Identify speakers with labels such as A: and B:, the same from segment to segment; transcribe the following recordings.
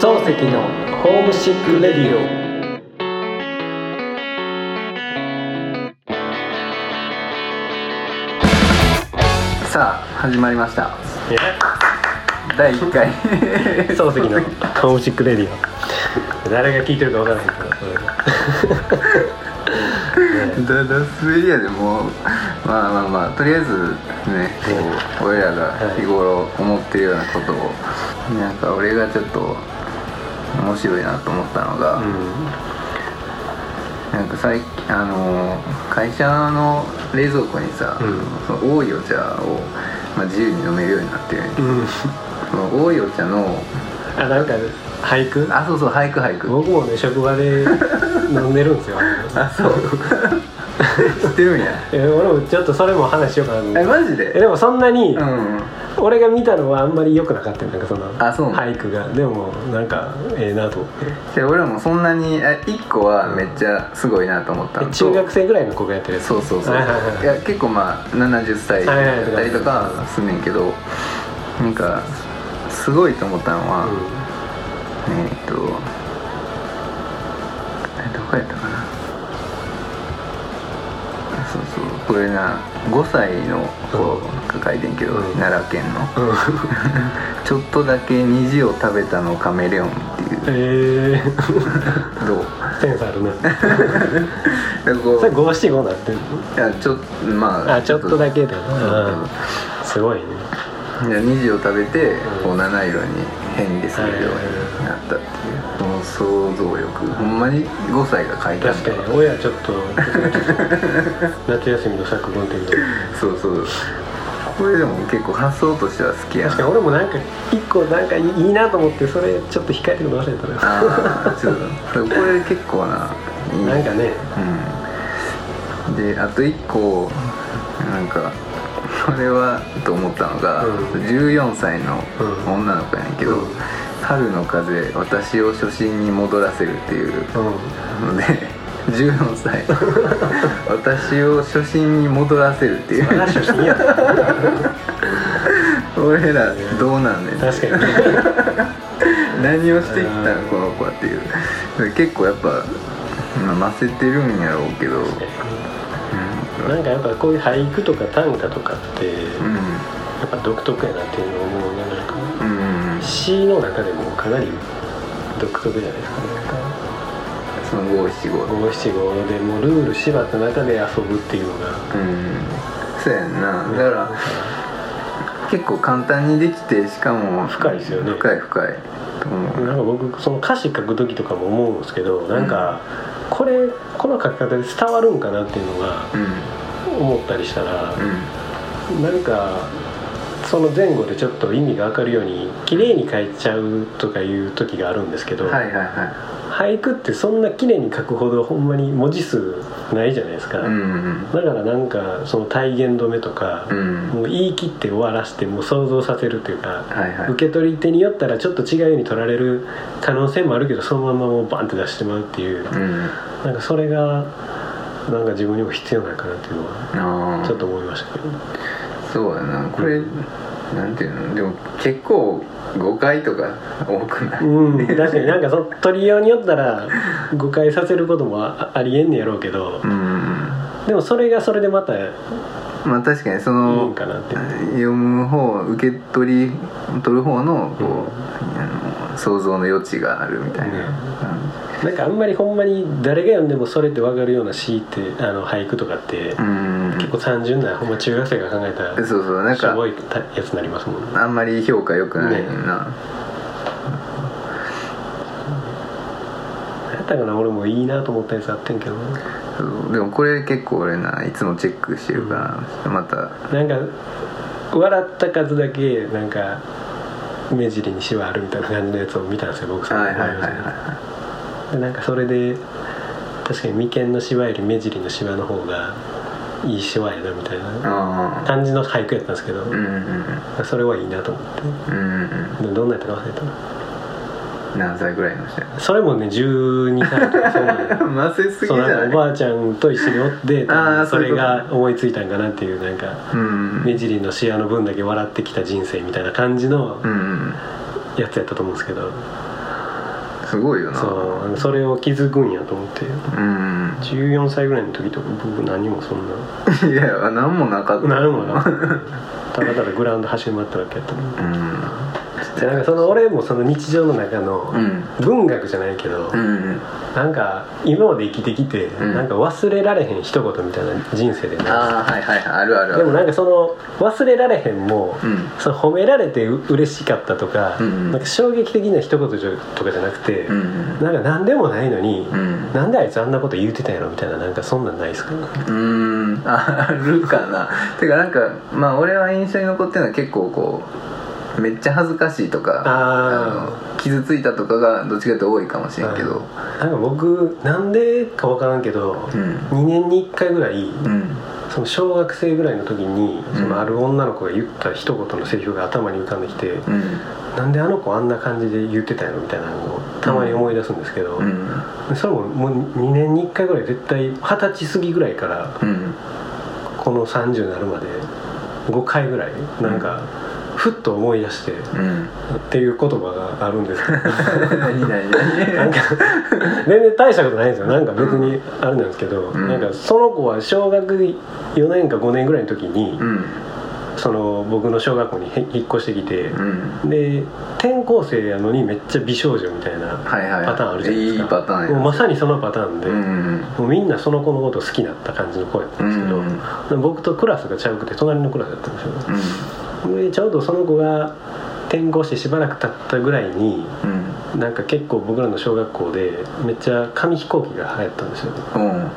A: 漱石のホームシックレディオ
B: さあ始まりました 第1回
A: 漱石のホームシックレディオ誰が聞いてるかわからないけどそれ
B: だだ滑りやでもうまあまあまあとりあえずねこう俺らが日頃思ってるようなことをなんか俺がちょっと面白いなと思ったのが、なんか最近あのー会社の冷蔵庫にさ、
A: うん
B: その多いお茶を、まあ、自由に飲めるようになってる、
A: うん、うん、
B: その多いお茶の
A: あなんか俳句
B: あそうそう俳句俳句
A: 僕もね職場で飲んでるん ですよ
B: あそう知ってるんや
A: え俺もちょっとそれも話しようかなと思って
B: えマジ
A: え
B: で
A: でもそんなに、
B: うん
A: 俺が見たのはあんまり良くなかったよなんかその
B: あそう
A: 俳句がでもなんかええなと思って
B: で俺もそんなにあ1個はめっちゃすごいなと思ったの
A: え
B: と
A: 中学生ぐらいの子がやってるやつ
B: そうそうそう
A: はいはいはい
B: いや結構まあ70歳
A: はいはい
B: だったりとかすんねんけどなんかすごいと思ったのは、えーっとえどこやったかなそうそうこれな5歳の子が書いてんけど、
A: うん
B: 奈良県の
A: うん、うん
B: 「ちょっとだけ虹を食べたのカメレオン」っていう
A: え ー、
B: どう
A: センスあるね
B: でこう
A: それ五七五なってんの
B: いやちょまあ
A: あちょっとだけだよ
B: そう
A: なすごいね
B: じゃあ2時を食べて、
A: うん
B: こう七色に変化するようになったっていうその想像力ほんまに5歳が書いたん
A: 確
B: だ
A: かに親ちょっと夏休みの作文っていうの
B: そうそうこれでも結構発想としては好きや
A: 確か
B: な
A: に俺もなんか一個なんかいいなと思ってそれちょっと控えてるの忘れたな
B: ああちょっとこれ結構ないい
A: なんかね
B: うんであと1個なんかこれはと思ったのが、
A: うん
B: 14歳の
A: うん
B: 女の子やねんけど
A: う
B: 「
A: ん
B: 春の風私を初心に戻らせる」ってい
A: う
B: うので14歳 私を初心に戻らせるって
A: ん
B: いう
A: 話をしにやな
B: 俺らどうなんねん
A: 確かにね
B: 何をしてきたんこの子はっていう結構やっぱ、まあ、ませてるんやろうけど、うん、
A: なんかやっぱこういう俳句とか短歌とかってや
B: う
A: っぱ独特やなっていうのを思うねなんか
B: んうん
A: 詩の中でもかなり独特じゃないですかね
B: その五七五
A: 五七五でもうルール縛った中で遊ぶっていうのが
B: うんそうやんなだから結構簡単にできてしかも
A: 深いですよね
B: 深い深いと思う
A: なんか僕その歌詞書く時とかも思うんですけどなんかこれこの書き方で伝わるんかなっていうのが
B: うん
A: 思ったりしたら
B: うん
A: なんかその前後でちょっと意味が分かるように綺麗に書いちゃうとかいう時があるんですけど、
B: はいはいは
A: 俳句ってそんな綺麗に書くほどほんまに文字数ないじゃないですか、
B: いうん
A: だからなんかその体言止めとか
B: う、ん
A: もう言い切って終わらしてもう想像させるというか、
B: はいはい
A: 受け取り手によったらちょっと違うように取られる可能性もあるけどそのままもうバンって出してまうっていう、
B: うん
A: なんかそれがなんか自分にも必要なんかなっていうのは
B: ああ
A: ちょっと思いましたけど、
B: そうやなこれ、
A: う
B: なんていうのでも結構誤解とか多くない、
A: うん、確かになんかその取りようによったら誤解させることもあありえんねやろうけど
B: うん、
A: でもそれがそれでまたい
B: まあ確かにそ
A: い
B: の
A: んかなっていう
B: 読む方受け取り取る方のこう、
A: うん
B: あの想像の余地があるみたいな、
A: なんかあんまりほんまに誰が読んでもそれって分かるような詩ってあの俳句とかって
B: うん、うん
A: 結構単純なほんま中学生が考えた
B: そうそうなん
A: しょぼ
B: か
A: いたやつになりますもんね
B: あんまり評価良くないねんな、
A: やったかな俺もいいなと思ったやつあってんけどな
B: そうでもこれ結構俺ないつもチェックしてるから、また
A: なんか笑った数だけなんか目尻にシワあるみたいな感じのやつを見たんですよ僕さん
B: は
A: の
B: いはいはいはい
A: でなんかそれで確かに眉間のシワより目尻のシワの方がいいシワやなみたいな
B: ああ
A: 感じの俳句やったんですけど、
B: うんうん
A: それはいいなと思って
B: うんうん
A: でもどんなやったか忘れたな
B: 何歳ぐらいの人や
A: それもね12歳とかそうなんよ
B: ませすぎじ
A: そ
B: ゃ
A: うなんか
B: な
A: お
B: い
A: ばあちゃんと一緒におって
B: あー
A: そ
B: そうい
A: れ
B: うこと
A: が思いついたんかなっていうなんか
B: うん
A: 目尻のシワの分だけ笑ってきた人生みたいな感じの
B: うんうん
A: やつやったと思うんですけど、
B: すごいよな
A: そうそれを気づくんやと思って
B: うん
A: 14歳ぐらいの時とか僕何もそんない
B: や何もなかった
A: 何もなかった ただただグラウンド走り回っただけやったの
B: う
A: でなんかその俺もその日常の中の
B: んうん
A: 文学じゃないけど、
B: うん
A: なんか今まで生きてきて、
B: ん
A: なんか忘れられへん一言みたいな人生でね
B: ああはいはいはいあるあるあ
A: でも
B: る
A: なんかその忘れられへんも、
B: うん
A: その褒められてう嬉しかったとか、
B: うんうん
A: なんか衝撃的な一言じゃとかじゃなくて、
B: うん
A: なんか何でもないのに、
B: うん
A: なんであいつあんなこと言うてたんやろみたいななんかそんなんないっすか、
B: うんうんあるかなてかなんかまあ俺は印象に残ってるのは結構こうめっちゃ恥ずかしいとか
A: あ
B: の傷ついたとかがどっちかって多いかもしれんけど、
A: なんか僕なんでか分からんけど、
B: うん
A: 2年に1回ぐらい、
B: うん
A: その小学生ぐらいの時に
B: ん
A: そのある女の子が言った一言のセリフが頭に浮かんできて、
B: うん
A: なんであの子あんな感じで言ってたんやろみたいなのをたまに思い出すんですけど、
B: うん
A: それももう2年に1回ぐらい絶対二十歳過ぎぐらいから
B: うん
A: この30になるまで5回ぐらいなんかふっと思い出してっ
B: うん
A: ていう言葉があるん ですけど
B: 何何何
A: 全然大したことないんですよなんか別にあれなんですけど、
B: うん
A: なんかその子は小学4年か5年ぐらいの時に、
B: うん
A: その僕の小学校にへ引っ越してきて、
B: うん
A: で転校生やのにめっちゃ美少女みたいな
B: はいはい
A: パターンあるじゃないですか、
B: いいパターンや
A: もうまさにそのパターンで、
B: うん
A: もうみんなその子のこと好きだった感じの子やったんですけど、
B: うんうん
A: で僕とクラスがちゃうくて隣のクラスだったんですよでちょうどその子が転校してしばらく経ったぐらいに
B: うん
A: なんか結構僕らの小学校でめっちゃ紙飛行機が流行ったんですよ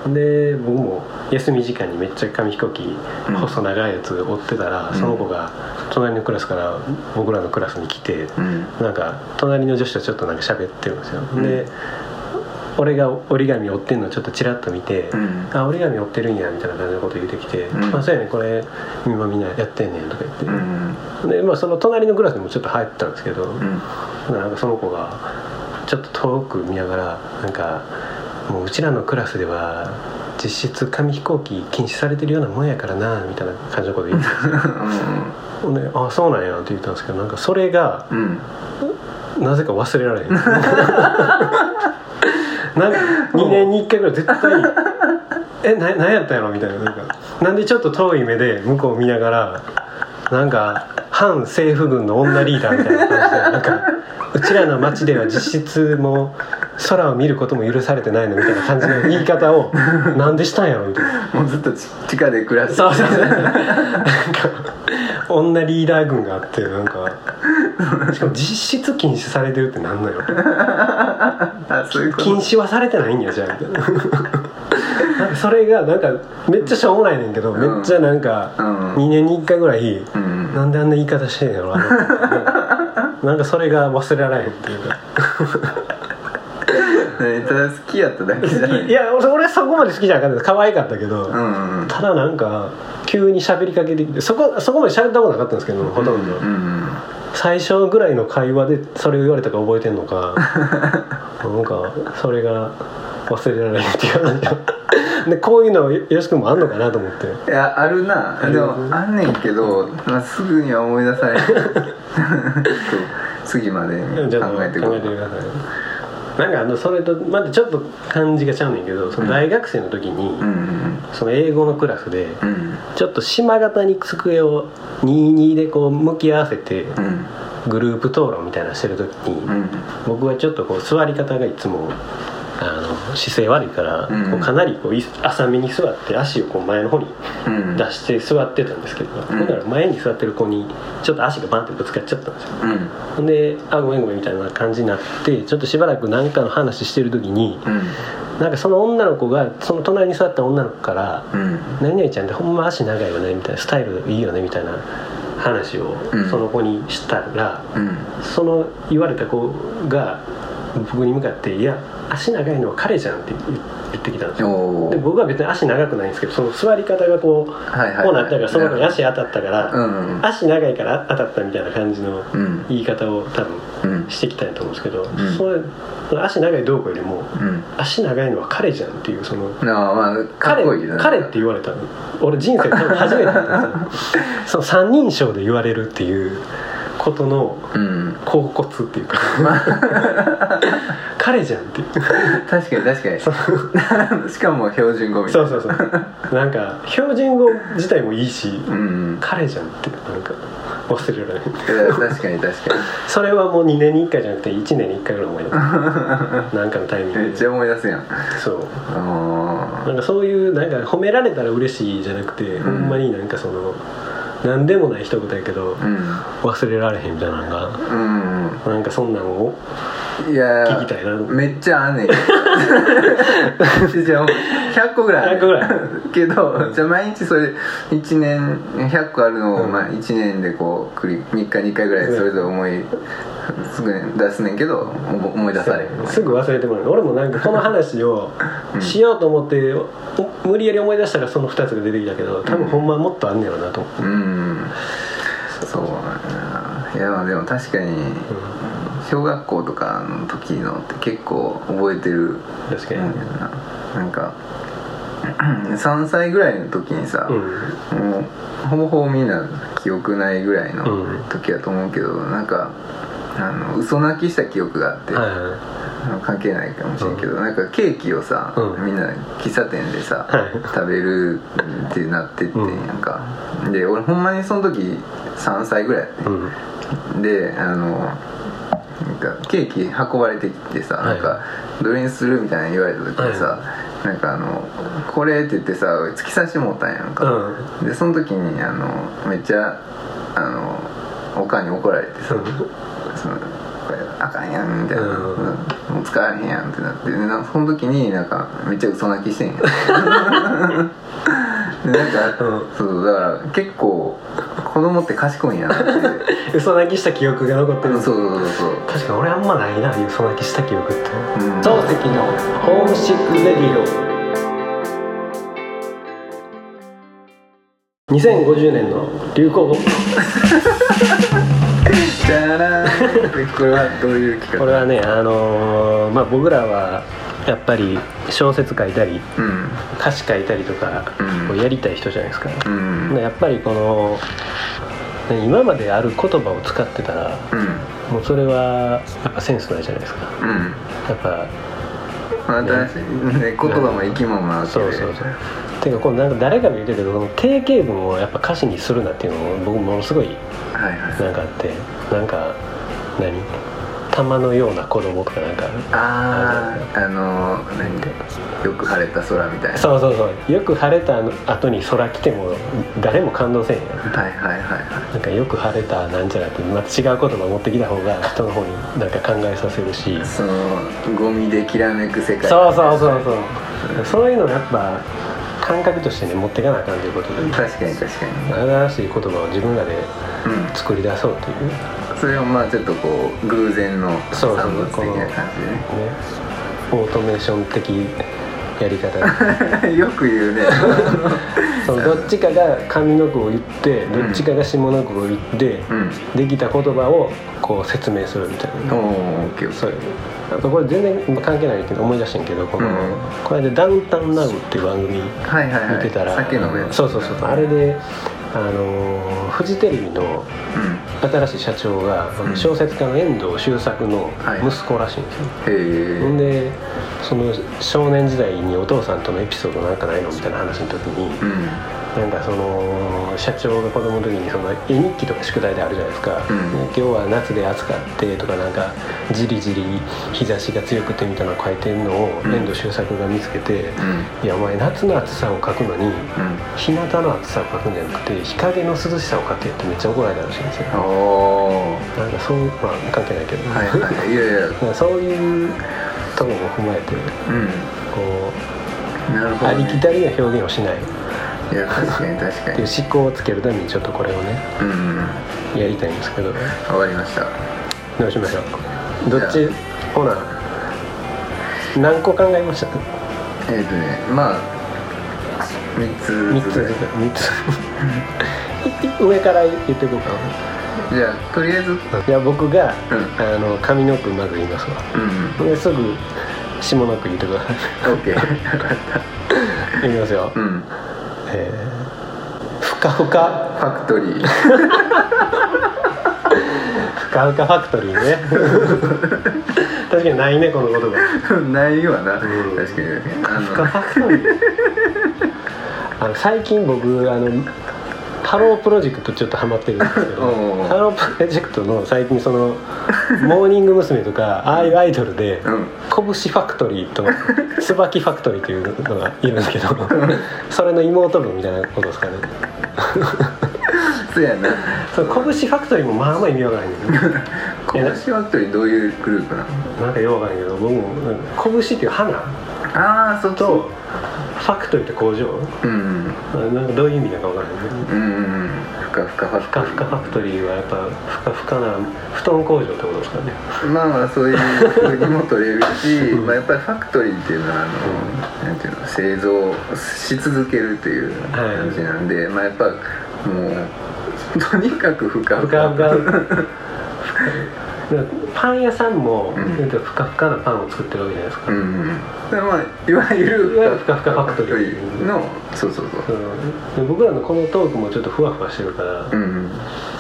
B: うん
A: で僕も休み時間にめっちゃ紙飛行機
B: うん
A: 細長いやつ追ってたら、
B: うん
A: その子が隣のクラスから僕らのクラスに来て、
B: うん
A: なんか隣の女子とちょっとなんか喋ってるんですよ、
B: ん
A: で俺が折り紙折ってんのちょっとちらっと見て、
B: うん
A: あ折り紙折ってるんやみたいな感じのこと言ってきて「
B: うん
A: あそうやねこれ今みんなやってんねん」とか言って、
B: うん
A: でまあその隣のクラスにもちょっと入ってたんですけど、
B: うん
A: なんかその子がちょっと遠く見ながらなんかもううちらのクラスでは実質紙飛行機禁止されてるようなもんやからなみたいな感じのこと言ってたんですよほんで「あそうなんや」って言ったんですけどなんかそれが
B: うんうん
A: なぜか忘れられへんなんか2年に1回ぐらい絶対「えな何やったんやろ?」みたいななんかなんでちょっと遠い目で向こう見ながらなんか反政府軍の女リーダーみたいな感じでなんかうちらの町では実質もう空を見ることも許されてないのみたいな感じの言い方をなんでしたんやろみたいな。
B: もうずっとち地下で暮らして
A: そうそうそうなんか女リーダー軍があってなんかしかも実質禁止されてるってなんのよ
B: あそういうこと
A: 禁止はされてないんやじゃあみたい ななんかそれがなんかめっちゃしょうもないねんけど、
B: ん
A: めっちゃなん
B: う
A: か
B: ん
A: 2年に1回ぐらい、
B: うん
A: なんであんな言い方してんやろあの子って なんかそれが忘れられへんっていうか
B: ねただ好きやっただけじゃない
A: いや俺俺そこまで好きじゃなかったです可愛かったけど、
B: うんうん
A: ただなんか急に喋りかけてきてそこそこまで喋ったことなかったんですけどほとんど、
B: うん
A: 最初ぐらいの会話でそれを言われたか覚えてんの かなんかそれが忘れられないっていうかなんかでこういうのよしくんもあんのかなと思って
B: いやあるなでもあんねんけど、まあ、すぐには思い出 されないちょっと次までに
A: じゃあ
B: 考えてこ
A: 考え
B: う
A: てくださいなんかあのそれとまたちょっと感じがちゃうねんけどその大学生の時に、
B: うんうん
A: その英語のクラスで
B: うん
A: ちょっと島型に机を22でこう向き合わせて
B: うん
A: グループ討論みたいなのしてる時に、
B: うん
A: 僕はちょっとこう座り方がいつもあの姿勢悪いから、
B: うん
A: こうかなりこうい浅めに座って足をこう前の方に
B: うん
A: 出して座ってたんですけど、ほんなら前に座ってる子にちょっと足がバンってぶつかっちゃったんですよ
B: うん
A: ほんで「あごめんごめん」みたいな感じになってちょっとしばらく何かの話してる時に
B: うん
A: なんかその女の子がその隣に座った女の子から
B: うん
A: 「何々ちゃんってほんま足長いよね」みたいな「スタイルいいよね」みたいな話を
B: うん
A: その子にしたら、
B: うん
A: その言われた子が僕に向かって「いや足長いのは彼じゃん」って言言ってきたんですよ
B: お
A: で
B: ー
A: 僕は別に足長くないんですけどその座り方がこう、
B: はいはいはい
A: こうなったからその子に足当たったから、
B: うん
A: 足長いから当たったみたいな感じの
B: うん
A: 言い方を多分
B: うん
A: してきたんやと思うんですけど、
B: ん
A: それその足長いどうこうよりも
B: うん
A: 足長いのは彼じゃんっていうその
B: なあまあかっ
A: 彼
B: こいいな
A: 彼って言われたの 俺人生で多分初めてだったんですよその三人称で言われるっていうことの
B: うん
A: 恍惚っていうか彼じゃんっていう
B: 確かに確かに しかも標準語みたい
A: そ
B: な
A: うそうそうなんか標準語自体もいいし
B: うん
A: 彼じゃんってなんか忘れられない
B: いや確かに確 か
A: それはもう2年に1回じゃなくて1年に1回ぐらい思い出すなんかのタイミ
B: にめ
A: ン
B: っ
A: グ
B: ち
A: で
B: ゃ思い出すやん
A: そう
B: あ
A: なんかそういうなんか褒められたら嬉しいじゃなくて、ほんまになんかその何でもない一言やけど、
B: ー
A: 忘れられへんみたいなのが
B: うんうん
A: なんかそんなんを
B: いやー
A: 聞きたいな
B: めっちゃあんねん じゃあ100個ぐらいあんねん
A: 100個ぐらい
B: けどじゃあ毎日それ1年100個あるのを、まあ、1年でこう3日2回ぐらいそれぞれ思いすぐ出すねんけど思思い出されへん
A: すぐ忘れてもらう俺もなんかこの話をしようと思って、お無理やり思い出したらその2つが出てきたけど多分ほんまもっとあんねやろなと思って
B: うんそうだないやまあでも確かに小学校とかの時のって結構覚えてる
A: 確かに、
B: なんやろななんか3歳ぐらいの時にさ、
A: うん
B: もうほぼほぼみんな記憶ないぐらい
A: うん
B: の時やと思うけど、なんかあの嘘泣きした記憶があって、
A: はいは
B: あの関係ないかもしれんけど、なんかケーキをさ、
A: うん
B: みんな喫茶店でさ、
A: は
B: 食べるってなってって、
A: うん
B: なんかで俺ほんまにその時3歳ぐらいやって
A: いうん
B: であのなんかケーキ運ばれてきてさ、
A: はい
B: なんかどれにするみたいな言われた時にさ、なんかあの「これ」って言ってさ突き刺してもうたんやんか、でその時にあのめっちゃあのおかんに怒られてさ「そのこれあかんやん」みたいな「
A: うん
B: もう使われへんやん」ってなってでなんかその時になんかめっちゃ嘘泣きしてんやんで
A: うん
B: なんか、そうだから結構子供って賢いんやなって。
A: うん嘘泣きした記憶が残って
B: そう
A: る
B: そうそうそう
A: 確かに俺あんまないな嘘泣きした記憶って
B: う
A: 漱
B: ん
A: 石のホームシックレディオ2050年の流行語
B: じゃらーんこれはどういう企
A: こ
B: 画
A: れはねあのーまあ僕らはやっぱり小説書いたり
B: うん
A: 歌詞書いたりとか
B: うん
A: こうやりたい人じゃないですか、
B: うんうん
A: でやっぱりこのね今まである言葉を使ってたらもうそれはやっぱセンスないじゃないですか
B: うん
A: やっぱ
B: またね言葉も生き物なわけ
A: そう
B: で
A: そうそうていうかこのなんか誰かが言ってたけどこの定型文をやっぱ歌詞にするなっていうのを僕ものすごい
B: はいはい
A: なんかあってなんか何玉のような子供とかなんか
B: あーあのー何よく晴れた空みたいな
A: そうそうそうよく晴れた後に空来ても誰も感動せんやん
B: はいはいはいは
A: なんかよく晴れたなんちゃらってまた違う言葉持ってきた方が人の方になんか考えさせるし
B: いそのゴミできらめく世界
A: そうそうそうそうそういうのやっぱ感覚としてね持っていかなあかんということで
B: 確かに確かに
A: 新しい言葉を自分らで
B: う
A: 作り出そうというね
B: んそれをまあちょっとこう偶然の
A: そうそう
B: 産物的な感
A: オートメーション的やり 方
B: じでねよく言うね
A: そのどっちかが上の句を言ってどっちかが下の句を言って、
B: うん
A: できた言葉をこう説明するみたいな、
B: おお OK
A: そういうあとこれ全然関係ないけど思い出してんけどこの、
B: うん
A: この間「ダウンタウンナウ」っていう番組見
B: はいはいはい
A: てたら、
B: 酒飲むやつ
A: そうそうそうあれであのーフジテレビの
B: うん
A: 新しい社長が
B: うん
A: 小説家の遠藤周作の
B: はい
A: 息子らしいんですよ、
B: へえ
A: ほんでその少年時代にお父さんとのエピソードなんかないのみたいな話の時に、
B: うん
A: なんかその社長が子供の時にその絵日記とか宿題であるじゃないですか、
B: うん
A: 今日は夏で暑かってとかなんかじりじり日差しが強くてみたいなのを書いてるのを
B: うん
A: 遠藤周作が見つけて「
B: うん
A: いやお前夏の暑さを書くのに
B: うん
A: 日向の暑さを書くんじゃなくて日陰の涼しさを書け」ってめっちゃ怒られたらしいんですよ
B: おお
A: なんかそうまあ関係ないけど、
B: はいはいいやいや
A: なんかそういうとこも踏まえて
B: う
A: こ
B: んなる
A: う
B: ほ
A: あ
B: ど、
A: りき
B: ね、
A: たりな表現をしないっ
B: いや確かに確か
A: てい
B: に
A: う思考をつけるためにちょっとこれをね
B: うんうんわ
A: やりたいんですけど
B: かりました
A: どうしましょうどっちほな何個考えました
B: えっ、とねまあ3つ
A: 3
B: ず
A: つ
B: つぐらい
A: 3つ上から言っていこうか
B: じゃあとりあえずうん
A: ないや僕が、
B: うん
A: あの上の句まず言いますわですぐ下の句言ってく ださ
B: OK 分かっ
A: いいきますよ、
B: たうんフ
A: えーふかふか
B: ァクトリー
A: カウカファクトリーね 確かにないねこの言葉
B: ないわな、
A: ん
B: 確かにあ
A: カウカ
B: の
A: ファクトリー あの最近僕あのハロープロジェクトちょっとハマってるんですけど
B: おうおう
A: ハロープロジェクトの最近そのモーニング娘。とかああいうアイドルで、
B: うん
A: 拳ファクトリーと椿ファクトリーというのがいるんですけ どそれの妹分みたいなことですかね
B: そうやな
A: そう拳ファクトリーもまあまあ意味わからへんけど
B: 小橋ファクトリーどういうグループなの
A: なんかようわからんけど僕もうん拳っていう花
B: ああそっち
A: とファクトリーって工場
B: うん
A: なんかどういう意味だかわからないね
B: うんうんふかふかファ
A: ふ
B: クト
A: かふ
B: リー
A: かファクトリーはやっぱふかふかな布団工場ってことですかね
B: まあまあそういうふうにも取れるしまあやっぱりファクトリーっていうのはあの、なんていうの製造し続けるという感じなんで、まあやっぱもうとにかくふか
A: ふ
B: ふ
A: か
B: か
A: ふかパン屋さんも、
B: うん
A: 言うたらふかふかなパンを作ってるわけじゃないですか、
B: うんうんだからまあいわゆ
A: いわゆる
B: る
A: ふかふかファクトリー
B: のそうそうそう
A: うんで僕らのこのトークもちょっとふわふわしてるから、
B: うんうん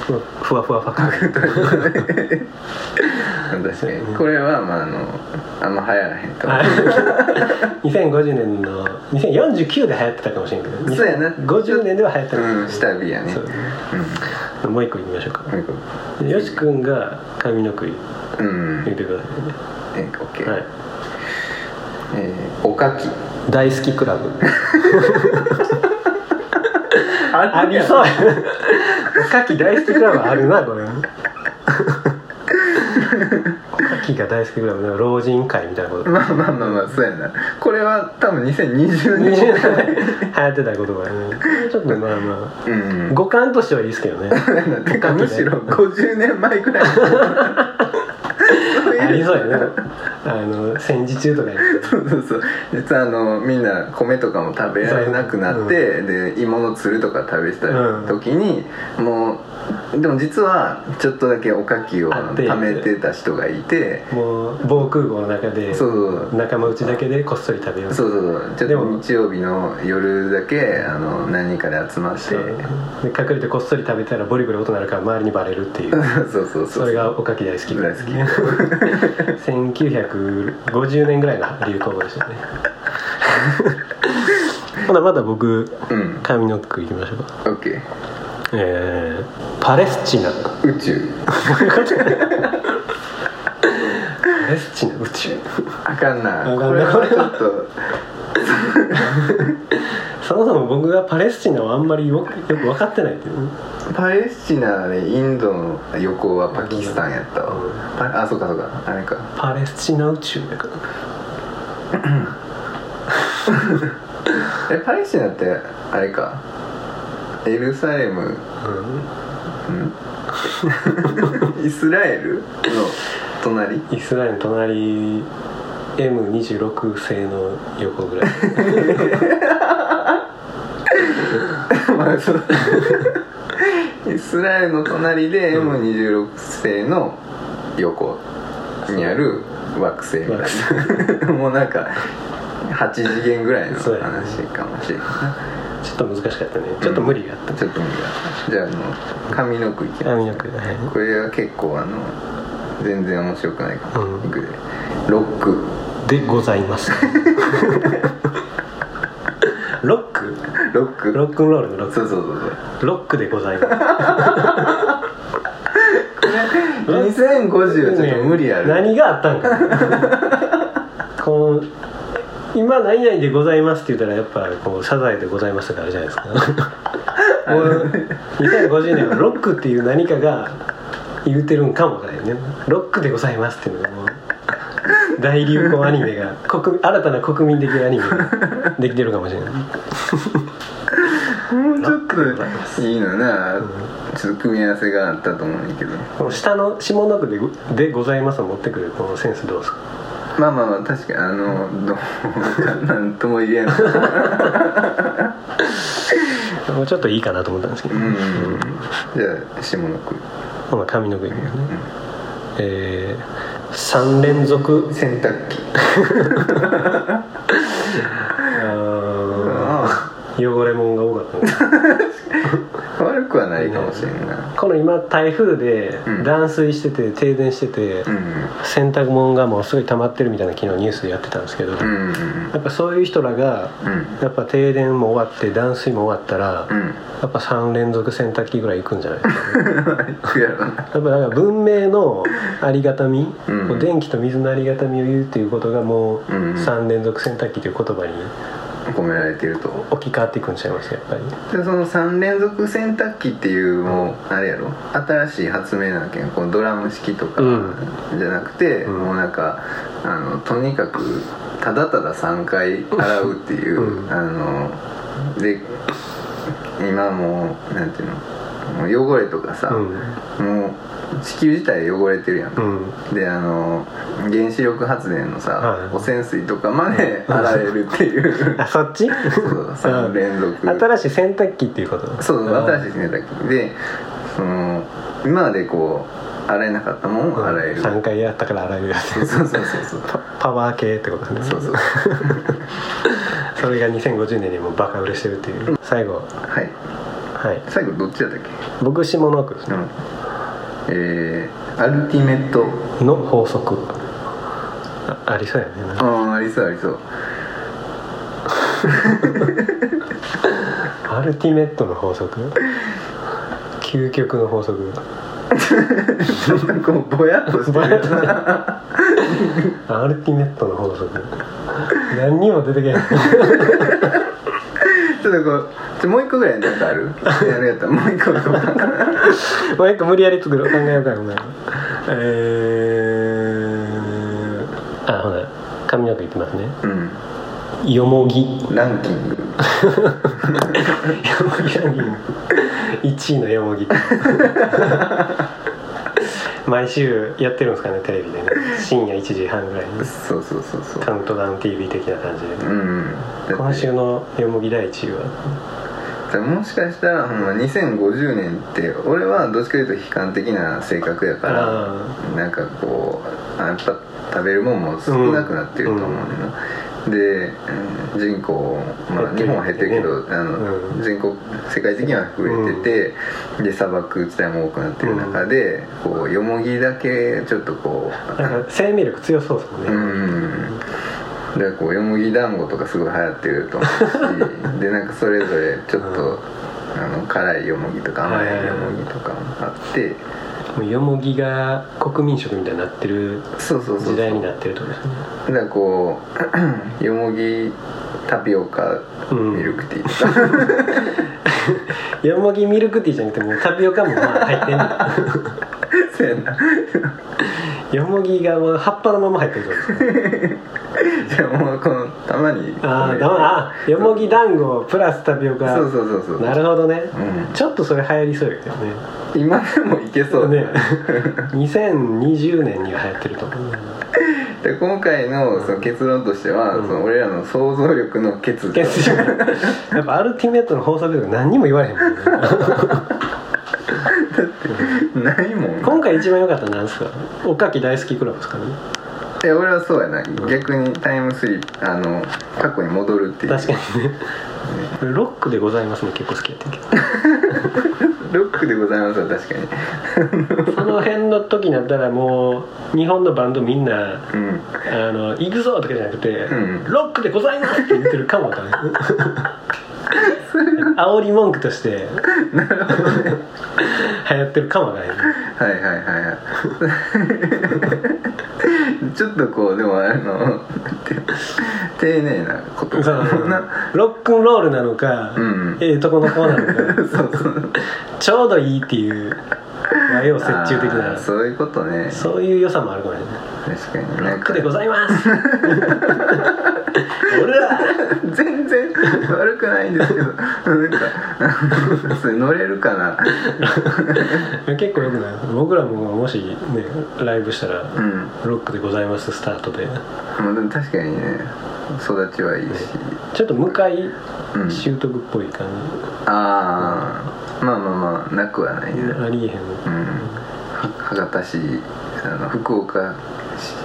A: ふわふわふわファクトリー
B: 確かにこれはまああのあんま流行らへんと思 う
A: はい2050年の2049で流行ってたかもしれんけど
B: そうやな
A: 50年では流行って
B: うん
A: た
B: 下火やね
A: そうもう一個言いきましょうか
B: う
A: よし君が髪の毛
B: んうん
A: 言ってくださいね
B: え OK、
A: はい
B: えーおかき
A: 大好きクラブあ
B: あ
A: りそうやおかき大好きクラブあるなこれおかきが大好きクラブ老人会みたいなこと
B: まあまあまあまあそうやなこれは多分
A: 20
B: 2020
A: 年前
B: 年
A: 流行ってた言葉やねちょっとまあまあ
B: うん
A: 五感としてはいいですけどね
B: てかむしろ50年前くらいそう
A: あ
B: い
A: り
B: う
A: そうやねあの戦時中とかに
B: そうそうそう実はあのみんな米とかも食べられなくなって、で芋のつるとか食べてた時に、もうでも実はちょっとだけおかきを
A: あって
B: 貯めてた人がいて
A: もう防空壕の中で
B: そうそうそう
A: 仲間内だけでこっそり食べよう
B: そうそうそうち
A: で
B: ょっ
A: も
B: と日曜日の夜だけあの何人かで集まって
A: そうで隠れてこっそり食べたらボリボリ音鳴るから周りにバレるっていう
B: そうそうそ
A: そうれがおかき大好き
B: 大好き
A: 1950年ぐらいの流行語でしたねほなまた僕
B: うん
A: 髪の句いきましょうか
B: オッケー
A: えーパレスチナ
B: 宇宙
A: パレスチナ宇宙
B: あかんな
A: あかんな
B: これはちょっと
A: そもそも僕がパレスチナをあんまりよよく分かってないっていうね
B: パレスチナでインドの横はパキスタンやった
A: う
B: わパあそうかそうかあれか
A: パレスチナ宇宙やから
B: えパレスチナってあれかエルサレ ムイスラエルの隣
A: イスラエルの隣 M26 製の横 ぐらい
B: まあその イスラエルの隣で M26 星の横にある惑星みたいなもうなんか8次元ぐらいの
A: そうやね
B: 話かもしれないな
A: ちょっと難しかったねちょっと無理があった、
B: ちょっと無理だじゃああの髪の毛いきま
A: 髪の毛はい
B: すこれは結構あの全然面白くないから、
A: うん
B: いくでロック
A: でござい ますロック
B: ロック
A: ロックンロールのロッ
B: そうそうそうそう
A: クロックでございます
B: 2050はちょっと無理やる、
A: 何があったんかなこの今何々でございますって言ったらやっぱこうサザエでございますとかあるじゃないですか もう2050年はロックっていう何かが言うてるんかもわからないねロックでございますっていうのがもう大流行アニメが国新たな国民的アニメができてるかもしれない
B: もうちょっといいのな、ちょっと組み合わせがあったと思うんだけど
A: この下の下の句でご「でございます」を持ってくるこのセンスどうですか
B: まあまあまあ確かにあのどうかなんとも言えない
A: もうちょっといいかなと思ったんですけど、
B: うんじゃあ下の句
A: この髪の毛がね、えー、3連続
B: 洗濯機
A: あー
B: あ
A: 汚れ物が多かったね
B: 悪くはないかもしれんな
A: この今台風で
B: うん
A: 断水してて停電してて
B: うん
A: 洗濯物がもうすごい溜まってるみたいな昨日ニュースでやってたんですけど
B: う
A: や
B: んうん
A: っぱそういう人らが
B: うん
A: やっぱ停電も終わって断水も終わったら
B: うん
A: やっぱ3連続洗濯機ぐらいいくんじゃないですかね
B: いくやろな
A: やっぱなんか文明のありがたみ、
B: うん
A: こう電気と水のありがたみを言うっていうことがもう
B: うん
A: 3連続洗濯機という言葉に
B: 込められてると
A: 置き換わっていくんちゃいますやっぱり
B: でその3連続洗濯機っていうもうあれやろ新しい発明なわけやんこのドラム式とか
A: うん
B: じゃなくて、
A: うん
B: もうなんかあのとにかくただただ3回洗うっていう、
A: うん
B: あので今もうなんていうのもう汚れとかさ、
A: う
B: もう地球自体汚れてるやん、
A: んうん
B: であの原子力発電のさ、
A: はい
B: 汚染水とかまで洗えるっ ていう
A: あそっち
B: 3連続
A: 新しい洗濯機っていうこと
B: そうそう新し
A: い
B: い洗濯機でその今までこう洗えなかったもんを洗える、
A: 3回やったから洗えるやつ
B: そうそうそうそう
A: パパワー系ってことね
B: そうそう
A: それが2050年にもうバカ売れしてるっていう、最後
B: はい
A: はい
B: 最後どっちだったっ
A: 僕下の句です
B: け
A: ね
B: うんえー、アルティメット
A: の法則あありそうやねなんか
B: ああありそうありそう
A: アルティメットの法則究極の法則
B: ちょっとこう ぼやっとしてるよな
A: アルティメットの法則何にも出てけへん
B: ちょっとこうちょもう一個ぐらいなんかあるやるやったらもう一個とか
A: もう一個無理やり作ろう考えようかごめんえー、あほら髪の毛いきますね
B: うん
A: よもぎ
B: ランキング
A: 1位のよもぎ毎週やってるんですかねテレビでね深夜1時半ぐらいに
B: そうそうそうそう
A: カウントダウン TV 的な感じで
B: うんだって
A: 今週のよもぎ第1位は
B: だからもしかしたらほんま2050年って俺はどっちかというと悲観的な性格やから
A: あ
B: なんかこうあやっぱ食べるもんも少なくなってると思うねんな、でうん人口、ま
A: 減っ
B: あ、日
A: てる
B: 本は減ってるけど、あの
A: うん
B: 人口世界的には増えてて、で砂漠地帯も多くなってる中で、こうよもぎだけちょっとこ
A: あなんか生命力強そうですもん
B: うう
A: ね、
B: んでこうよもぎ団子とかすごい流行ってる と思うしでなんかそれぞれちょっと、あの辛いよもぎとか甘いよもぎとかもあって、
A: もうよもぎが国民食みたいになってる
B: そうそうそうそう
A: 時代に
B: だ
A: なってるってことですね
B: からこう よもぎタピオカ
A: うん
B: ミルクティーとか、
A: よもぎミルクティーじゃなくてもうタピオカもまあ入ってんの
B: そうやな
A: よもぎがもう葉っぱのまま入ってるってことですね
B: じゃあもうこのたまに
A: あ
B: こ
A: ー
B: う
A: だまあよもぎ団子プラスタピオカ
B: そうそうそうそう
A: なるほどね、
B: うん
A: ちょっとそれ流行りそうですよね
B: 今でもいけそうだ
A: ね2020年には流行ってると思う
B: で今回のその結論としては、
A: うん
B: その俺らの想像力の欠如
A: 決勝やっぱアルティメットの法則とか何にも言われへん もんね
B: ないもんな
A: 今回一番良かったのは何ですかおかき大好きクラブですかね
B: いや俺はそうやな逆にタイムスリップあの過去に戻るっていう
A: 確かにねロックでございますね結構好きやってんけど
B: ロックでございますわ確かに
A: その辺の時になったらもう日本のバンドみんな
B: うん
A: 「あの行くぞ!」とかじゃなくて「
B: うん
A: ロックでございます!」って言ってるかもわかんない 煽り文句として流行ってるかもわかんない
B: はいはいはいはい ちょっとこうでもあのて丁寧なこと
A: そ
B: か
A: う
B: な
A: ロックンロールなのか、
B: うん
A: ええとこの子なのか
B: そうそう
A: ちょうどいいっていう和洋折衷的
B: あー
A: なそ
B: そういうことね
A: ういう良さもあるかもしれない
B: 確かに
A: ロ
B: な
A: ッ
B: ん
A: ク
B: か
A: でございます 俺ら
B: 全然悪くないんですけどなんかそれ乗れるかな
A: 結構よくない僕らももしねライブしたら
B: うん
A: 「ロックでございます」スタートで
B: まあでも確かにね育ちはいいし、
A: ちょっと向かい
B: うん
A: 習得っぽい感
B: ああまあまあまあなくはない
A: じ、
B: ね
A: ありえへん
B: うん博多市あの福岡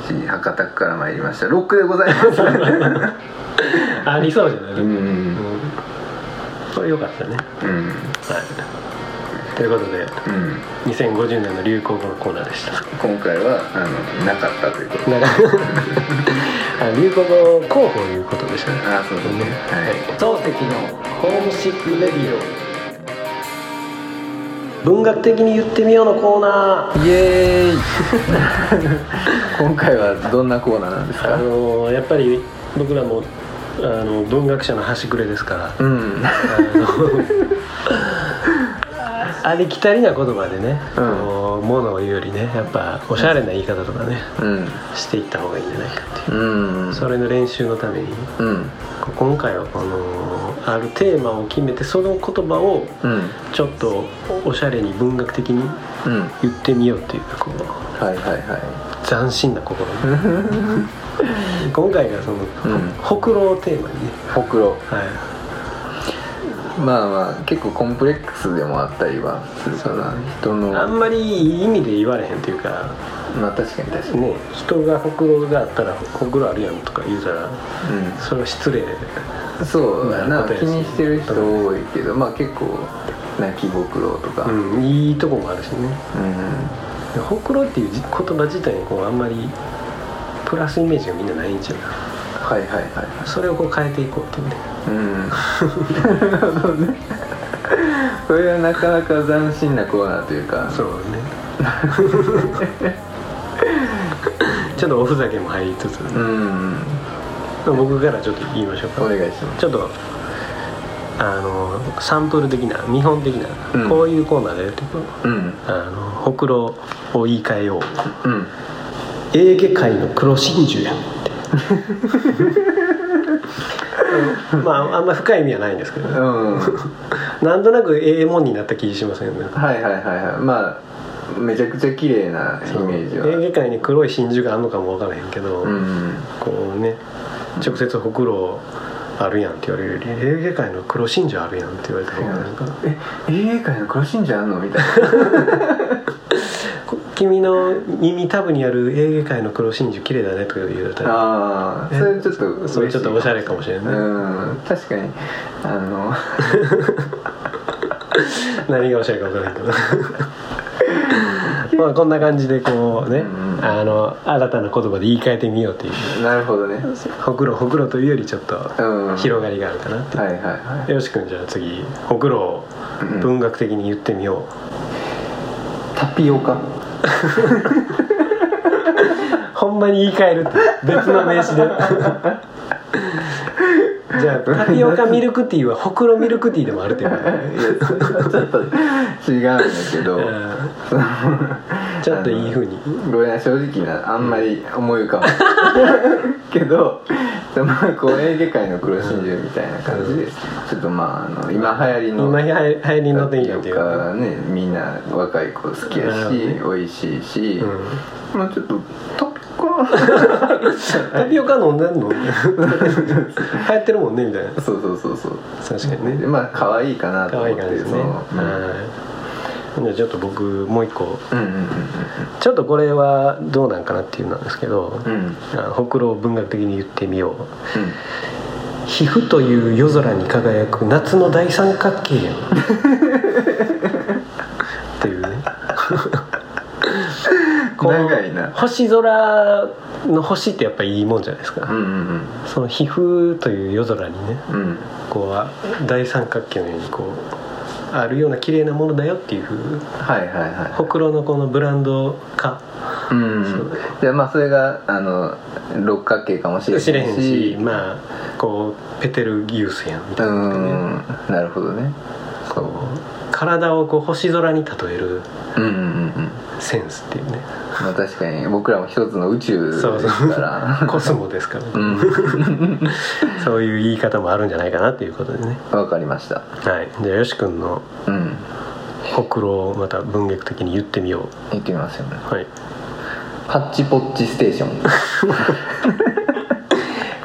B: 市博多区から参りましたロックでございます
A: ありそうじゃない、
B: う
A: うん
B: ん
A: これ良かったね、
B: う
A: は
B: ん
A: い、ということで
B: うん
A: 2050年の流行語のコーナーでした
B: 今回はあのなかったということ
A: なんかあ流行語候補いうことでしたね
B: ああそうですねは
A: 漱
B: い
A: 石のホームシックレディオ文学的に言ってみようのコーナー
B: イエーイ今回はどんなコーナーなんです
A: あ
B: か
A: のーやっぱり僕らもあの文学者の端くれですから
B: うん
A: あのありきたりな言葉でね、
B: うん
A: こうものを言うよりねやっぱおしゃれな言い方とかね、
B: うん
A: していった方がいいんじゃないかっていう、
B: うん
A: それの練習のために
B: うん
A: こ今回はこのあるテーマを決めてその言葉を
B: うん
A: ちょっとおしゃれに文学的に
B: うん
A: 言ってみようっていうかこう
B: はいはいは
A: 斬新な試み今回がその、
B: ん
A: ほくろをテーマにね、
B: いほくろ
A: は
B: まあまあ結構コンプレックスでもあったりはするから人の
A: い、あんまりいい意味で言われへんっていうか
B: まあ確かに確かに
A: ね人がほくろがあったらほくろあるやんとか言うたらそれは失礼
B: うんそうや
A: ま
B: な
A: あ答え
B: 気
A: です
B: にしてる人多いけどまあ結構泣きぼくろとかうん
A: うん、いいとこもあるしねでほくろっていうじ言葉自体にこうあんまりプラスイメージがみんなないんちゃうか
B: はいはいは
A: なそれをこう変えていこうっていうね
B: いうんなるほど ねこれはなかなか斬新なコーナーというか
A: そうね ちょっとおふざけも入りつつ、
B: うん
A: 僕からちょっと言いましょう
B: お
A: か
B: 願いします
A: ちょっとあのサンプル的な見本的な、
B: うん
A: こういうコーナーでやっていこう
B: うん
A: あのほくろを言い換えよう
B: うん
A: エーゲ海の黒真珠やんって まああんま深い意味はないんですけどね
B: うん
A: なんとなくええもんになった気しませんなんか
B: はいはいはいはいまあめちゃくちゃ綺麗なイメージは
A: エーゲ海に黒い真珠があるのかもわからへんけど、
B: うん
A: こうね直接ほくろあるやんって言われるよりエーゲ海の黒真珠あるやんって言われた方がなんか
B: え、映画の黒信者あんのみたい な
A: こ君の耳タブにあるエーゲ海の黒真珠綺麗だねとか言うたら
B: ああそれちょっと嬉しい
A: それちょっとおしゃれかもしれない、
B: うん確かにあ
A: 何がおしゃれか分からないけ どまあこんな感じでこうね、
B: うん
A: あの新たな言葉で言い換えてみようっていう
B: の なるほどねうん
A: ほくろほくろというよりちょっと
B: はい
A: 広がりがあるかなっていう、
B: はいは
A: よし君じゃあ次ほくろ
B: うん
A: を文学的に言ってみよ
B: いタピオカ
A: う、ほんまに言い換えるって別の名詞で じゃあタピオカミルクティーはほくろミルクティーでもあるっていうことね
B: いやそれはち ょっと違うんだけど
A: うんちょっといい風に
B: ごめんな正直なあんまり思い浮かばない けどまあこうエーゲ海の黒真珠みたいな感じでちょっとまああの今流行りの
A: 今流行りの手にっていうか
B: かねみんな若い子好きやし、美味しいし、まあちょっとタピオカ
A: タピオカ飲んでんの流行ってるもんねみたいな
B: そうそうそうそう
A: 確かにね
B: でまあ可愛いかなと
A: 可
B: 思
A: 愛
B: っ
A: い
B: て
A: 感じです
B: そ
A: ね
B: の
A: はいじゃあちょっと僕もう一個
B: うんうん
A: ちょっとこれはどうなんかなっていうのなんですけど
B: うんうんうんうん
A: あのほくろを文学的に言ってみよう皮膚という夜空に輝く夏の大三角形やんっていうねこう
B: 長いな
A: 星空の星ってやっぱいいもんじゃないですか、
B: うんうん
A: その皮膚という夜空にね
B: うんうん
A: こうあ大三角形のようにこうあるような綺麗なものだよっていう風
B: はいはいはい
A: ほくろのこのブランド化
B: うん
A: そう
B: でまあそれがあの六角形かもしれない
A: 知
B: し
A: れへんしまあこうペテルギウスやんみ
B: う
A: たいなのとかね
B: んなるほどね
A: こう体をこう星空に例える
B: うんうんうんうん
A: センスっていうね
B: まあ確かに僕らも一つの宇宙ですか
A: そうそう
B: ら
A: コスモですから、
B: うん
A: そういう言い方もあるんじゃないかなっていうことでね
B: わかりました
A: はいじゃあよし君の
B: うん
A: ほくろをまた文学的に言ってみよ
B: 行ってみますよね
A: うはい
B: ハッチポッチステーション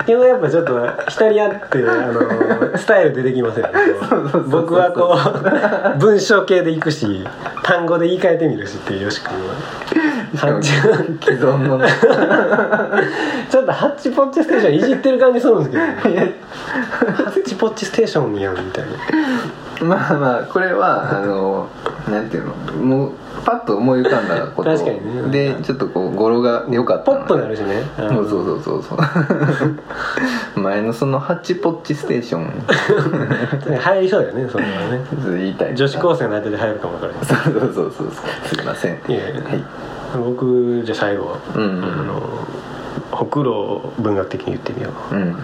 A: 基本やっぱちょっと人に合ってあのスタイル出てきません僕はこう文章系でいくし単語で言い換えてみるしっていうよし君はハッチ
B: 既存の ね
A: ちょっとハッチポッチステーションいじってる感じするんですけど、 ハッチポッチステーションやんみたいな
B: まあまあこれはあのなんていうのもうパッと思い浮かんだこと
A: 確かにね
B: でちょっとこう語呂が良かった
A: ポ
B: の
A: ッとなるしねあ
B: そ
A: の
B: うそうそうそ うそう前のそのハッチポッチステーション
A: 入りそうだよねそれはね
B: 言いたい
A: 女子高生の間で入るかもわからない
B: そうそうそうそうすいません
A: いやいや
B: はい
A: 僕じゃあ最後、
B: うん
A: あのほくろを文学的に言ってみよう
B: うん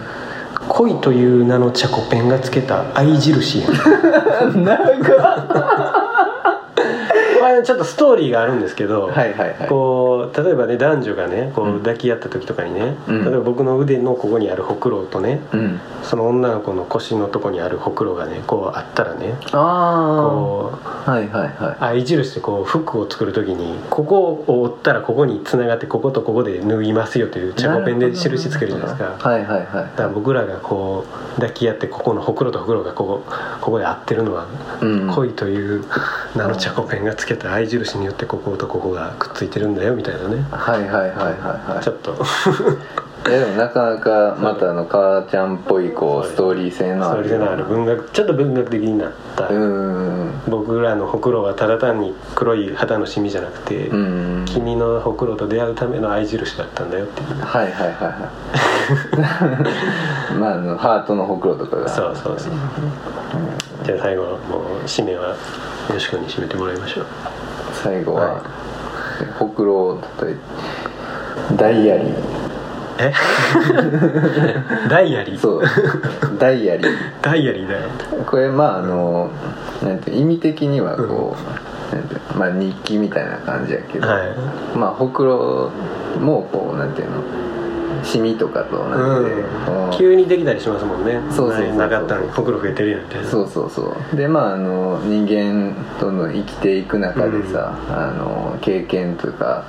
A: 恋という名のチャコペンがつけた愛印や んこれちょっとストーリーがあるんですけど、
B: はいはいはい
A: こう例えばね男女がねこう
B: うん
A: 抱き合った時とかにね、
B: うん
A: 例えば僕の腕のここにあるほくろとね
B: うん
A: その女の子の腰のとこにあるほくろがねこうあったらね
B: あ
A: こう
B: あはいはいは
A: 愛印でこう服を作る時にここを折ったらここに繋がってこことここで縫いますよという
B: い
A: チャコペンで印つけるじゃないですか。
B: はいはい
A: だから
B: は
A: 僕らがこう抱き合ってここのほくろとほくろがここここで合ってるのは、
B: いうん
A: 恋という名のチャコペンがつけた愛印によってこことここがくっついてるんだよみたいなね
B: はいはいはいはいはい
A: ちょっと
B: いやでもなかなかまたあの母ちゃんっぽいこうストーリー性の
A: そ
B: あ
A: れ
B: る
A: でなる文学ちょっと文学的になった、
B: うん
A: 僕らのほくろはただ単に黒い肌のシミじゃなくて、
B: うん
A: 君のほくろと出会うための愛印だったんだよっていう
B: はいはいはい はいまああのハートのほくろとかが
A: そうそうそう、じゃあ最後もう締めはよし君に締めてもらいましょう
B: 最後は、ほくろを叩いてダイアリー
A: え ダイアリー
B: そうダイアリー
A: ダイアリーだよ
B: これまああのなんていう意味的にはこう、なんていうまあ日記みたいな感じやけど、
A: は
B: まあほくろもこうなんていうのシミとかと同じで、
A: い、うん、
B: こう
A: 急にできたりしますもんね
B: そうそうそうそう
A: なかったのにほくろ増えてるやんみたいな
B: そうそうそうでまああの人間どんどん生きていく中でさ、あの経験とか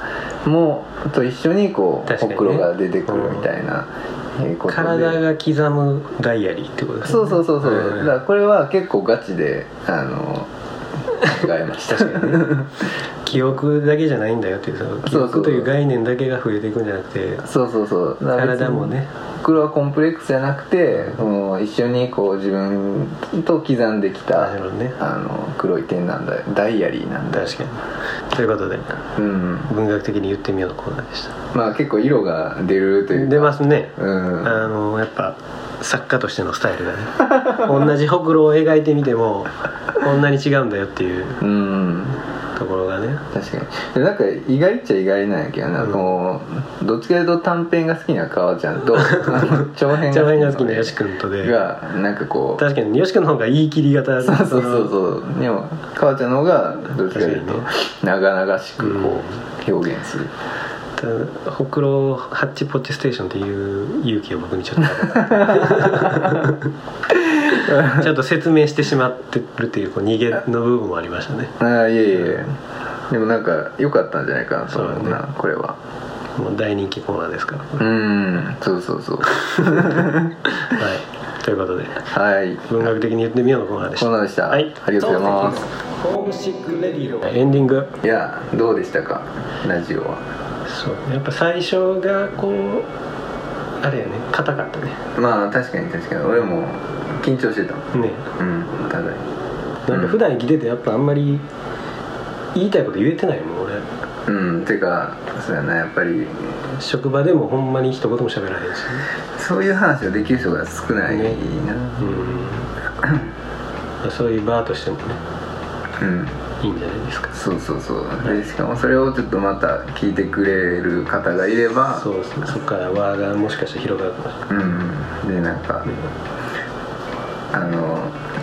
B: もと一緒にこう
A: 確か
B: ほ
A: にね
B: くろが出てくるみたいな、えーことで
A: 体が刻むダイアリーってことですね
B: そうそうそうそう、
A: ん
B: だからこれは結構ガチであの考えました
A: 確かに ね記憶だけじゃないんだよっていうその記
B: そうそ
A: 憶
B: う
A: という概念だけが増えていくんじゃなくて
B: そうそうそうだから別に
A: 体もね
B: 僕らはコンプレックスじゃなくてもう一緒にこう自分と刻んできた
A: なるほどね
B: あの黒い点なんだよダイアリーなんだよ
A: 確かにということで
B: うん
A: 文学的に言ってみようのコーナーでした
B: まあ結構色が出るというか
A: 出ますね
B: うん
A: あのやっぱ作家としてのスタイルがね同じほくろを描いてみてもこんなに違うんだよっていう
B: うん
A: ところがね
B: 確かにでもなんか意外っちゃ意外なんやけどな、
A: うん
B: こうどっちかというと短編が好きな川ち ゃんとあの長編
A: 長編が
B: が
A: 好き
B: 好き
A: な
B: な
A: よし君とで
B: がなんかこう
A: 確かによし君の方が言い切り型だ
B: そうそうそうそうでも川ちゃんの方がどっちかというと
A: 確か
B: 長々しくこう表現する、
A: ただほくろハッチポッチステーションっていう勇気を僕に ちょっとちょっと説明してしまってるっていうこう逃げの部分もありましたね
B: ああいえいえでもなんか良かったんじゃないかなと思う
A: そう
B: な
A: だ
B: これは
A: もう大人気コーナーですから、は
B: うんそうそうそう
A: い、ということで
B: はい
A: 文学的に言ってみようのコーナーでし
B: そ
A: た
B: うなんでした、
A: はい
B: ありがとうございます
A: ホームシックレディオエンディング
B: いやどうでしたかラジオは
A: そうやっぱ最初がこうあれやね硬かったね
B: まあ確かに確かに俺も緊張してたもん
A: ね
B: うんただに
A: なんか普段生きててやっぱあんまり言いたいこと言えてないもん俺
B: うんてかそうやなやっぱり
A: 職場でもほんまに一言も喋らへんし、
B: そういう話をできる人が少ないな、
A: ねうんそういうバーとしてもね
B: うん
A: いいんじゃないですか
B: そうそうそうでしかもそれをちょっとまた聞いてくれる方がいれば
A: そうですねそっから輪がもしかして広がるかもし
B: うんでなんか
A: れない
B: あの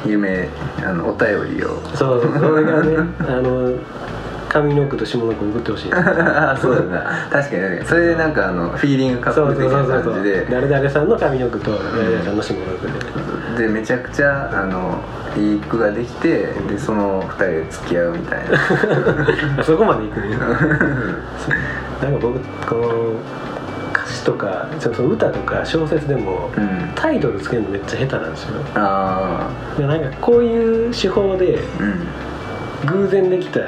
B: 夢あのお便りを
A: そうそうそれがねあの上の句と下の句送ってほしいです
B: あそうだな 確かに確かにそれでなんかあのフィーリングカ
A: そ
B: ップ
A: う
B: ル
A: そう
B: 的
A: そ
B: な
A: うそう
B: 感じで
A: 誰々さんの上の句と誰々さんの下の句で、
B: でめちゃくちゃあのいい句ができてでその2人で付き合うみたいな
A: あそこまで行くねそうなんか僕この歌誌とかちょっと歌とか小説でも
B: うん
A: タイトルつけるのめっちゃ下手なんですよ
B: あ
A: でなんかこういう手法で
B: あうん
A: 偶然できた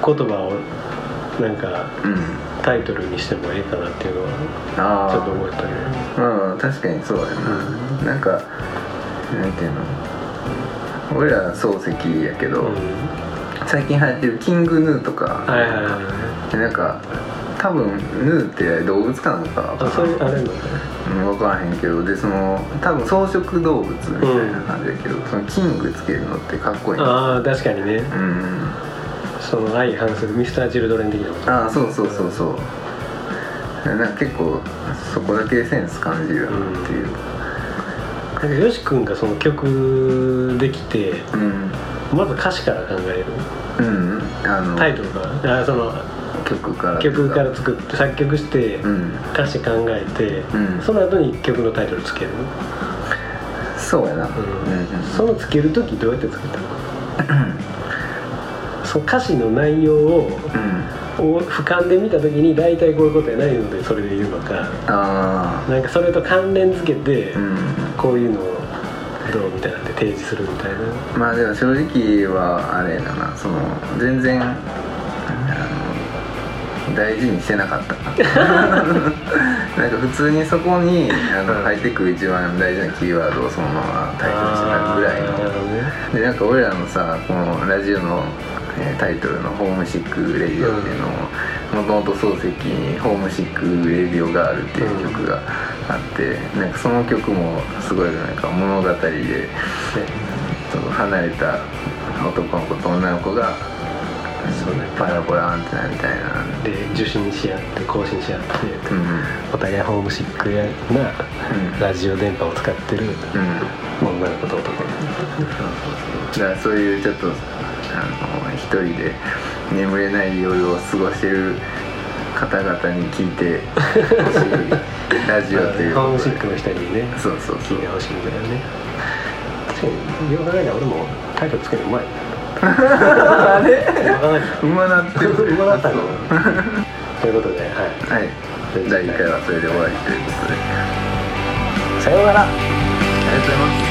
A: 言葉をなんか
B: うん
A: タイトルにしてもええかなっていうのは
B: ああ
A: ちょっと思えたね
B: うん確かにそうやな、なんかなんていうの俺ら漱石やけど、
A: うん
B: 最近流行ってるキングヌーとか、
A: はいはいは
B: なんか多分ヌーって動物かなんか
A: いあそういうあれなのね
B: うん分からへんけどでその多分草食動物みたいな感じだけど、そのキングつけるのってかっこいいな
A: ああ確かにね
B: うん
A: その相反するミスター・チルドレン的なこと
B: ああそうそうそうそうなんか結構そこだけセンス感じるなっていう
A: なんかよし君がその曲できて
B: うん
A: まず歌詞から考える
B: うん、あの
A: タイトルからあその
B: 曲から
A: 曲から作って作曲して、
B: うん
A: 歌詞考えて、
B: うん
A: その後に曲のタイトルつける、
B: そうやなう
A: うんん
B: うん
A: そのつける時どうやってつけた のその歌詞の内容を
B: うん
A: を俯瞰で見た時に大体こういうことやないのでそれで言うのか
B: あ
A: なんかそれと関連付けて、
B: あうん
A: こういうのをどうみたいなんで提示するみたいな
B: まあでも正直はあれだなその全然あの大事にしてなかった なんか普通にそこにあの入ってくる一番大事なキーワードをそのままタイトルにしてたぐらい
A: あーなる
B: の
A: ほどね
B: でなんか俺らのさこのラジオの、えータイトルの「ホームシック・レディオ」っていうのももともと漱石に「ホームシック・レディオ・ガール」っていう曲があって、なんかその曲もすごいなんか物語で。その離れた男の子と女の子が
A: そうね
B: パラボラアンテナみたいな、
A: で受信し合って更新し合って、
B: うんうん
A: お互いホームシックやなラジオ電波を使ってる
B: うん、
A: 女の子と男の
B: だからそういうちょっとあの一人で眠れない夜を過ごしてる方々に聞いてほしい ラジオという
A: 子ホーム
B: こ
A: シ
B: と
A: ック
B: で
A: の人にね
B: そうそうそ
A: 聞
B: う
A: いてほしいぐらいね確かによく考えたら俺もタイトルつけるのうまい あ れ
B: 馬 なってる
A: うまかったの
B: そう
A: ということでは
B: はい第1回はそれで終わりということであ
A: いさようなら
B: りがとうございます